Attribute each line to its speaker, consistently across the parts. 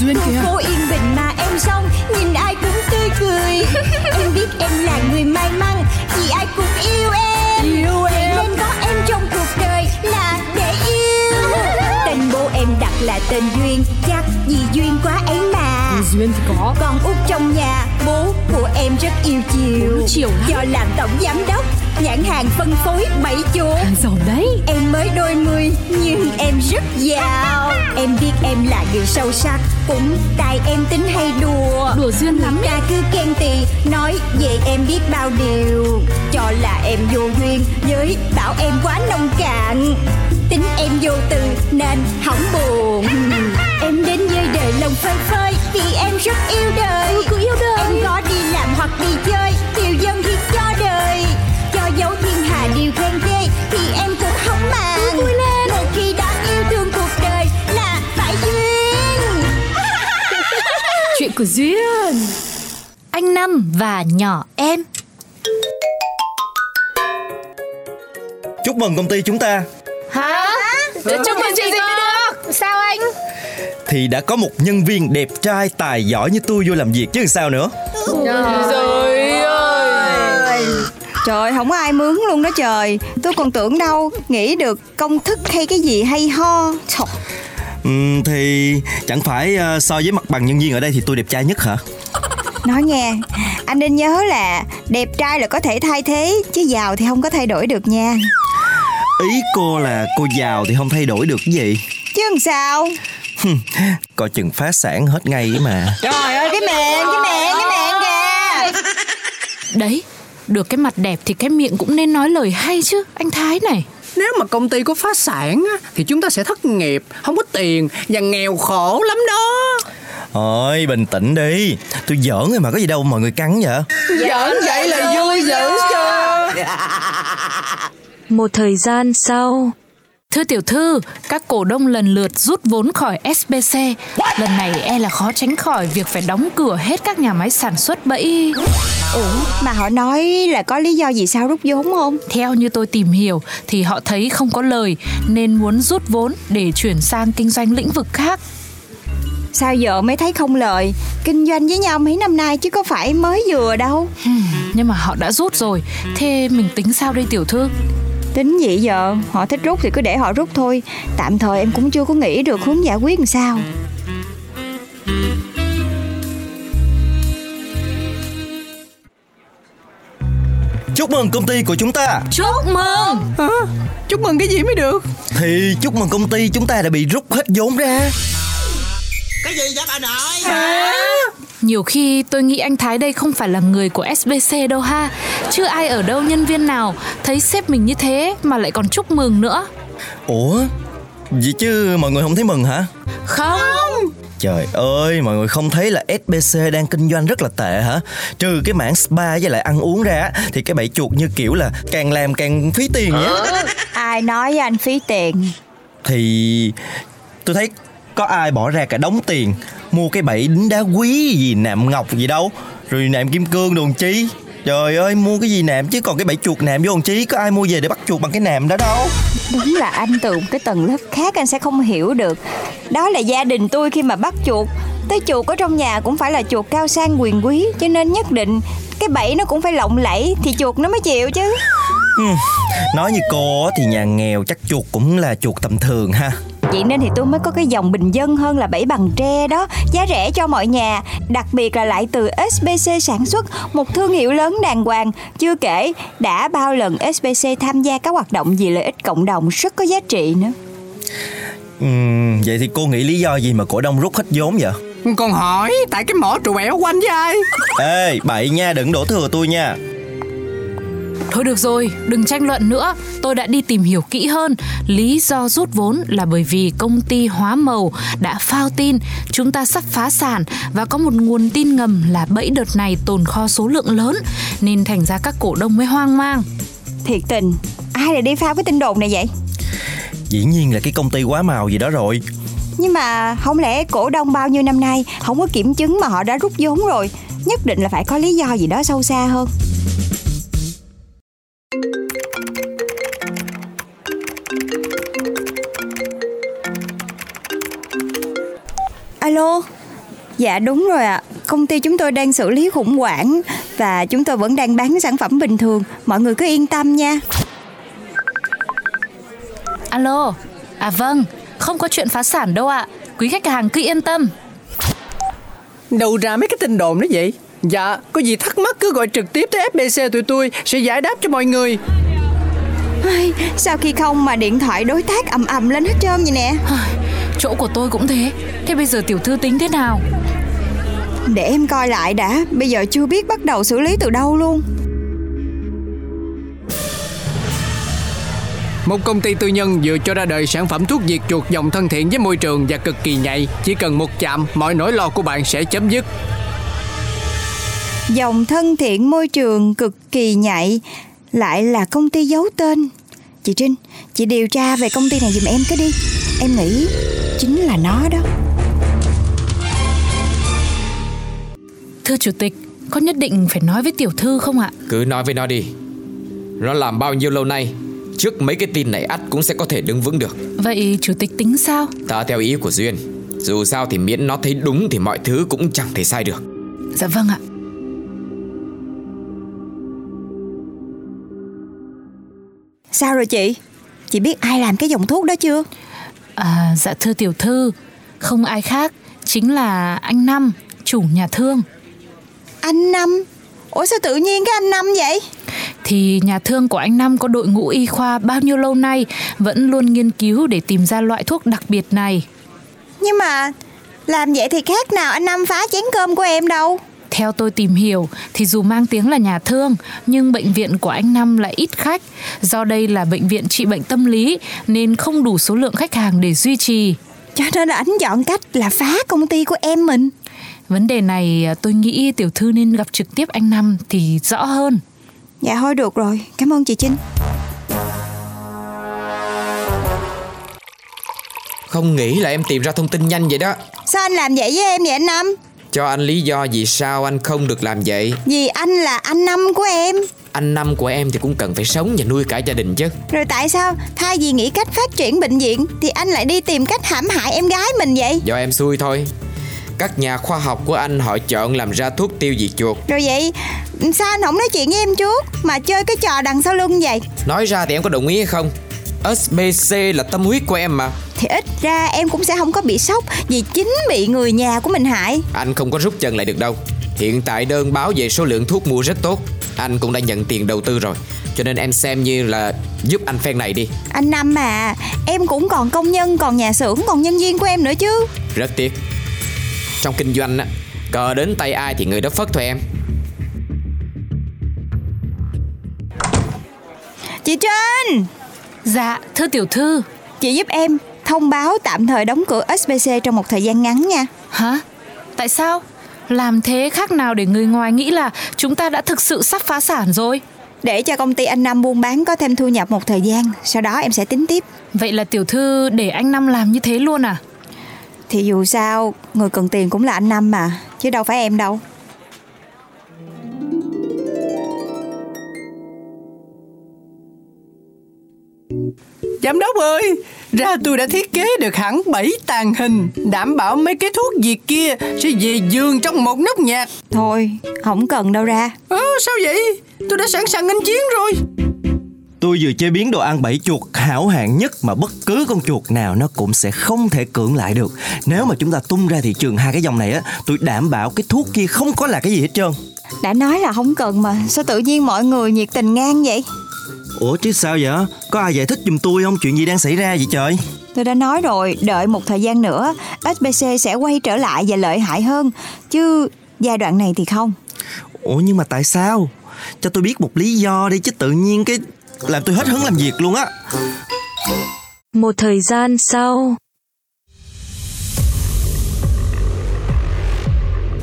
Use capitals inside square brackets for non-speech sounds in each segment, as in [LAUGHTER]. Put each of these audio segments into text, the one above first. Speaker 1: duyên kìa
Speaker 2: cô yên bình mà em xong nhìn ai cũng tươi
Speaker 1: [LAUGHS]
Speaker 2: cười em biết em là người may mắn vì ai cũng yêu em
Speaker 1: Yêu
Speaker 2: Vậy
Speaker 1: em.
Speaker 2: nên có em trong cuộc đời là để
Speaker 1: [LAUGHS]
Speaker 2: yêu tên bố em đặt là tên duyên chắc vì duyên quá ấy mà
Speaker 1: Tình duyên thì có
Speaker 2: con út trong nhà bố của em rất yêu chiều
Speaker 1: Bố chiều lắm.
Speaker 2: do làm tổng giám đốc nhãn hàng phân phối bảy chỗ
Speaker 1: Hàng giàu đấy
Speaker 2: Em mới đôi mươi nhưng em rất giàu Em biết em là người sâu sắc Cũng tại em tính hay đùa
Speaker 1: Đùa duyên lắm
Speaker 2: Ra cứ khen tì Nói về em biết bao điều Cho là em vô duyên Với bảo em quá nông cạn Tính em vô từ nên hỏng buồn Em đến với đời lòng phơi phới Vì em rất yêu đời
Speaker 1: Ừ, cứ yêu đời.
Speaker 2: Em có đi làm hoặc đi chơi Điều dân thì cho đời Cho dấu thiên hà điều khen ghê Thì em cũng không màng
Speaker 1: vui lên.
Speaker 2: Một khi đã yêu thương cuộc đời Là phải duyên
Speaker 1: Chuyện của duyên
Speaker 3: Anh Năm và nhỏ em
Speaker 4: Chúc mừng công ty chúng ta
Speaker 3: Hả? Chúc mừng chị được Sao anh?
Speaker 4: Thì đã có một nhân viên đẹp trai tài giỏi như tôi vô làm việc chứ sao nữa
Speaker 3: Trời ơi
Speaker 5: Trời không có ai mướn luôn đó trời Tôi còn tưởng đâu Nghĩ được công thức hay cái gì hay ho Trời,
Speaker 4: Ừm, Ừ, Thì chẳng phải ờ, so với mặt bằng nhân viên ở đây thì tôi đẹp trai nhất hả
Speaker 5: Nói nghe Anh nên nhớ là Đẹp trai là có thể thay thế Chứ giàu thì không có thay đổi được nha
Speaker 4: Ý cô là cô giàu thì không thay đổi được cái gì
Speaker 5: Chứ làm sao
Speaker 4: Coi chừng phá sản hết ngay ấy mà
Speaker 5: Trời ơi cái miệng Cái miệng Cái miệng kìa
Speaker 3: Đấy được cái mặt đẹp thì cái miệng cũng nên nói lời hay chứ Anh Thái này
Speaker 6: Nếu mà công ty có phá sản á, thì chúng ta sẽ thất nghiệp, không có tiền và nghèo khổ lắm đó.
Speaker 4: Ôi bình tĩnh đi Tôi giỡn rồi mà có gì đâu mọi người cắn vậy
Speaker 6: Giỡn vậy là vui dữ chưa?
Speaker 7: Một thời gian sau,
Speaker 3: Thưa tiểu thư, các cổ đông lần lượt rút vốn khỏi SBC. Lần này e là khó tránh khỏi việc phải đóng cửa hết các nhà máy sản xuất bẫy.
Speaker 5: Mà họ nói là có lý do gì sao rút vốn không
Speaker 3: Theo như tôi tìm hiểu thì họ thấy không có lời nên muốn rút vốn để chuyển sang kinh doanh lĩnh vực khác.
Speaker 5: Sao giờ mới thấy không lời Kinh doanh với nhau mấy năm nay Chứ có phải mới vừa đâu
Speaker 3: Hmm, nhưng mà họ đã rút rồi, thế mình tính sao đây tiểu thư?
Speaker 5: Tính gì giờ Họ thích rút thì cứ để họ rút thôi Tạm thời em cũng chưa có nghĩ được hướng giải quyết làm sao
Speaker 4: Chúc mừng công ty của chúng ta
Speaker 3: Chúc mừng!
Speaker 6: Chúc mừng cái gì mới được?
Speaker 4: Thì chúc mừng công ty chúng ta đã bị rút hết vốn ra
Speaker 3: Nhiều khi tôi nghĩ anh Thái đây không phải là người của SBC đâu ha. Chứ ai ở đâu nhân viên nào thấy sếp mình như thế mà lại còn chúc mừng nữa.
Speaker 4: Ủa Vậy chứ mọi người không thấy mừng hả
Speaker 3: Không,
Speaker 4: Trời ơi, mọi người không thấy là SBC đang kinh doanh rất là tệ hả? Trừ cái mảng spa với lại ăn uống ra á, thì cái bẫy chuột như kiểu là càng làm càng phí tiền vậy. á.
Speaker 5: Ai nói với anh phí tiền
Speaker 4: Thì tôi thấy có ai bỏ ra cả đống tiền mua cái bẫy đính đá quý gì nạm ngọc gì đâu, rồi nạm kim cương đồ làm chi. Trời ơi, mua cái gì nạm chứ còn cái bẫy chuột nạm vô làm chi có ai mua về để bắt chuột bằng cái nạm đó đâu.
Speaker 5: Đúng là anh từ một cái tầng lớp khác anh sẽ không hiểu được Đó là gia đình tôi khi mà bắt chuột Tới chuột ở trong nhà cũng phải là chuột cao sang quyền quý Cho nên nhất định cái bẫy nó cũng phải lộng lẫy Thì chuột nó mới chịu chứ
Speaker 4: Nói như cô á, thì nhà nghèo chắc chuột cũng là chuột tầm thường ha.
Speaker 5: Vậy nên thì tôi mới có cái dòng bình dân hơn là bẫy bằng tre đó Giá rẻ cho mọi nhà Đặc biệt là lại từ SBC sản xuất Một thương hiệu lớn đàng hoàng Chưa kể đã bao lần SBC tham gia các hoạt động vì lợi ích cộng đồng Rất có giá trị nữa
Speaker 4: Ừm, vậy thì cô nghĩ lý do gì mà cổ đông rút hết vốn vậy?
Speaker 6: Còn hỏi tại cái mỏ trụ bẻo quanh với ai?
Speaker 4: Ê, bậy nha, đừng đổ thừa tôi nha
Speaker 3: Thôi được rồi, đừng tranh luận nữa. Tôi đã đi tìm hiểu kỹ hơn. Lý do rút vốn là bởi vì công ty hóa màu đã phao tin chúng ta sắp phá sản và có một nguồn tin ngầm là bẫy đợt này tồn kho số lượng lớn nên thành ra các cổ đông mới hoang mang.
Speaker 5: Thiệt tình Ai lại đi phao cái tin đồn này vậy
Speaker 4: Dĩ nhiên là cái công ty quá màu gì đó rồi
Speaker 5: Nhưng mà không lẽ cổ đông bao nhiêu năm nay không có kiểm chứng mà họ đã rút vốn rồi Nhất định là phải có lý do gì đó sâu xa hơn Alo,
Speaker 2: Dạ đúng rồi ạ. Công ty chúng tôi đang xử lý khủng hoảng và chúng tôi vẫn đang bán sản phẩm bình thường. Mọi người cứ yên tâm nha.
Speaker 3: Alo, à vâng, không có chuyện phá sản đâu ạ. Quý khách hàng cứ yên tâm.
Speaker 6: Đâu ra mấy cái tin đồn đó vậy? Dạ, có gì thắc mắc cứ gọi trực tiếp tới FBC tụi tôi sẽ giải đáp cho mọi người.
Speaker 2: Ai, Sao khi không mà điện thoại đối tác ầm ầm lên hết trơn vậy nè.
Speaker 3: Chỗ của tôi cũng thế. Thế bây giờ tiểu thư tính thế nào?
Speaker 2: Để em coi lại đã, bây giờ chưa biết bắt đầu xử lý từ đâu luôn.
Speaker 6: Một công ty tư nhân vừa cho ra đời sản phẩm thuốc diệt chuột dòng thân thiện với môi trường và cực kỳ nhạy. Chỉ cần một chạm, mọi nỗi lo của bạn sẽ chấm dứt.
Speaker 2: Dòng thân thiện môi trường cực kỳ nhạy, lại là công ty giấu tên. Chị Trinh, chị điều tra về công ty này giùm em cái đi. Em nghĩ chính là nó đó.
Speaker 3: Thưa chủ tịch, có nhất định phải nói với tiểu thư không ạ?
Speaker 8: Cứ nói với nó đi Nó làm bao nhiêu lâu nay Trước mấy cái tin này ắt cũng sẽ có thể đứng vững được
Speaker 3: Vậy chủ tịch tính sao?
Speaker 8: Ta theo ý của Duyên Dù sao thì miễn nó thấy đúng thì mọi thứ cũng chẳng thể sai được
Speaker 3: Dạ vâng ạ.
Speaker 2: Sao rồi chị? Chị biết ai làm cái dòng thuốc đó chưa?
Speaker 3: À, dạ thưa tiểu thư, không ai khác chính là anh Năm, chủ nhà thương.
Speaker 2: Anh Năm. Ủa sao tự nhiên cái anh Năm vậy?
Speaker 3: Thì nhà thương của anh Năm có đội ngũ y khoa bao nhiêu lâu nay vẫn luôn nghiên cứu để tìm ra loại thuốc đặc biệt này.
Speaker 2: Nhưng mà làm vậy thì khác nào anh Năm phá chén cơm của em đâu.
Speaker 3: Theo tôi tìm hiểu thì dù mang tiếng là nhà thương nhưng bệnh viện của anh Năm lại ít khách. Do đây là bệnh viện trị bệnh tâm lý nên không đủ số lượng khách hàng để duy trì.
Speaker 2: Cho nên là anh chọn cách là phá công ty của em mình.
Speaker 3: Vấn đề này à, tôi nghĩ tiểu thư nên gặp trực tiếp anh Năm thì rõ hơn.
Speaker 2: Dạ thôi được rồi, cảm ơn chị Trinh.
Speaker 8: Không nghĩ là em tìm ra thông tin nhanh vậy đó
Speaker 2: Sao anh làm vậy với em vậy anh Năm?
Speaker 8: Cho anh lý do vì sao anh không được làm vậy
Speaker 2: Vì anh là anh Năm của em.
Speaker 8: Anh năm của em thì cũng cần phải sống và nuôi cả gia đình chứ
Speaker 2: Rồi tại sao thay vì nghĩ cách phát triển bệnh viện thì anh lại đi tìm cách hãm hại em gái mình vậy?
Speaker 8: Do em xui thôi Các nhà khoa học của anh họ chọn làm ra thuốc tiêu diệt chuột
Speaker 2: Rồi vậy sao anh không nói chuyện với em trước mà chơi cái trò đằng sau lưng vậy?
Speaker 8: Nói ra thì em có đồng ý hay không SBC là tâm huyết của em mà
Speaker 2: Thì ít ra em cũng sẽ không có bị sốc vì chính bị người nhà của mình hại.
Speaker 8: Anh không có rút chân lại được đâu Hiện tại đơn báo về số lượng thuốc mua rất tốt Anh cũng đã nhận tiền đầu tư rồi Cho nên em xem như là giúp anh phen này đi
Speaker 2: Anh Năm à, em cũng còn công nhân, còn nhà xưởng, còn nhân viên của em nữa chứ.
Speaker 8: Rất tiếc Trong kinh doanh á Cờ đến tay ai thì người đó phất thôi em
Speaker 2: Chị Trinh,
Speaker 3: Dạ, thưa tiểu thư.
Speaker 2: chị giúp em thông báo tạm thời đóng cửa SBC trong một thời gian ngắn nha.
Speaker 3: Hả? Tại sao? Làm thế khác nào để người ngoài nghĩ là chúng ta đã thực sự sắp phá sản rồi?
Speaker 2: Để cho công ty anh Năm buôn bán có thêm thu nhập một thời gian, sau đó em sẽ tính tiếp.
Speaker 3: Vậy là tiểu thư để anh Năm làm như thế luôn à?
Speaker 2: Thì dù sao, người cần tiền cũng là anh Năm mà, chứ đâu phải em đâu.
Speaker 6: Giám đốc ơi, ra tôi đã thiết kế được hẳn 7 tàn hình, đảm bảo mấy cái thuốc diệt kia sẽ về giường trong một nốt nhạc.
Speaker 2: Thôi, không cần đâu ra.
Speaker 6: Ơ sao vậy? Tôi đã sẵn sàng nghênh chiến rồi.
Speaker 4: Tôi vừa chế biến đồ ăn bẫy chuột hảo hạng nhất mà bất cứ con chuột nào nó cũng sẽ không thể cưỡng lại được. Nếu mà chúng ta tung ra thị trường hai cái dòng này á, tôi đảm bảo cái thuốc kia không có là cái gì hết trơn.
Speaker 2: Đã nói là không cần mà, sao tự nhiên mọi người nhiệt tình ngang vậy?
Speaker 4: Ủa chứ sao vậy? Có ai giải thích giùm tôi không? Chuyện gì đang xảy ra vậy trời?
Speaker 2: Tôi đã nói rồi, đợi một thời gian nữa, SBC sẽ quay trở lại và lợi hại hơn. Chứ giai đoạn này thì không.
Speaker 4: Ủa nhưng mà tại sao? Cho tôi biết một lý do đi chứ tự nhiên cái làm tôi hết hứng làm việc luôn á.
Speaker 7: Một thời gian sau.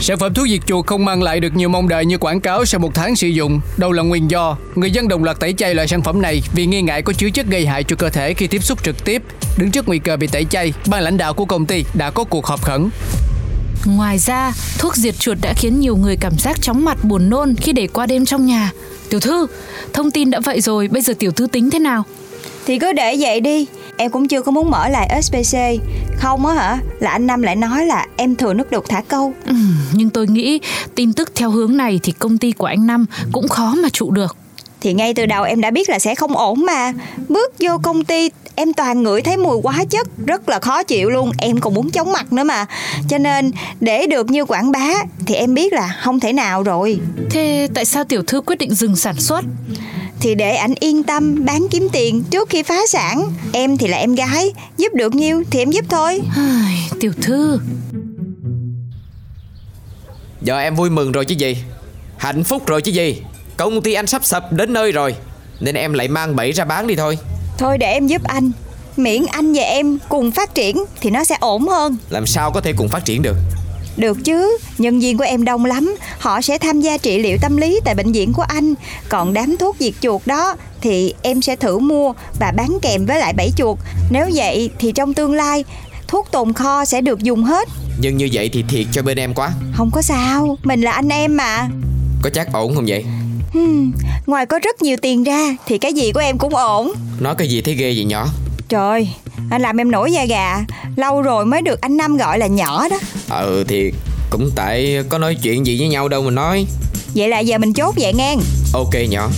Speaker 6: Sản phẩm thuốc diệt chuột không mang lại được nhiều mong đợi như quảng cáo sau một tháng sử dụng. Đâu là nguyên do? Người dân đồng loạt tẩy chay loại sản phẩm này vì nghi ngại có chứa chất gây hại cho cơ thể khi tiếp xúc trực tiếp. Đứng trước nguy cơ bị tẩy chay, ban lãnh đạo của công ty đã có cuộc họp khẩn.
Speaker 3: Ngoài ra, thuốc diệt chuột đã khiến nhiều người cảm giác chóng mặt buồn nôn khi để qua đêm trong nhà. Tiểu thư, thông tin đã vậy rồi, bây giờ tiểu thư tính thế nào?
Speaker 2: Thì cứ để vậy đi, em cũng chưa có muốn mở lại SBC Không á hả? Là anh Năm lại nói là em thừa nước đục thả câu
Speaker 3: Ừm, nhưng tôi nghĩ tin tức theo hướng này thì công ty của anh Năm cũng khó mà trụ được.
Speaker 2: Thì ngay từ đầu em đã biết là sẽ không ổn mà Bước vô công ty em toàn ngửi thấy mùi quá chất Rất là khó chịu luôn Em còn muốn chóng mặt nữa mà Cho nên để được như quảng bá Thì em biết là không thể nào rồi
Speaker 3: Thế tại sao tiểu thư quyết định dừng sản xuất?
Speaker 2: Thì để ảnh yên tâm bán kiếm tiền trước khi phá sản Em thì là em gái Giúp được nhiêu thì em giúp thôi
Speaker 3: Ai, tiểu thư,
Speaker 8: Giờ em vui mừng rồi chứ gì Hạnh phúc rồi chứ gì Công ty anh sắp sập đến nơi rồi Nên em lại mang bẫy ra bán đi thôi
Speaker 2: Thôi để em giúp anh Miễn anh và em cùng phát triển Thì nó sẽ ổn hơn
Speaker 8: Làm sao có thể cùng phát triển được
Speaker 2: Được chứ, nhân viên của em đông lắm Họ sẽ tham gia trị liệu tâm lý tại bệnh viện của anh Còn đám thuốc diệt chuột đó Thì em sẽ thử mua và bán kèm với lại bẫy chuột Nếu vậy thì trong tương lai Thuốc tồn kho sẽ được dùng hết
Speaker 8: Nhưng như vậy thì thiệt cho bên em quá
Speaker 2: Không có sao, mình là anh em mà
Speaker 8: Có chắc ổn không vậy
Speaker 2: hmm, Ngoài có rất nhiều tiền ra Thì cái gì của em cũng ổn
Speaker 8: Nói cái gì thấy ghê vậy nhỏ
Speaker 2: Trời, anh làm em nổi da gà Lâu rồi mới được anh Năm gọi là nhỏ đó
Speaker 8: Ờ thì cũng tại có nói chuyện gì với nhau đâu mà nói
Speaker 2: Vậy là giờ mình chốt vậy ngang
Speaker 8: Ok nhỏ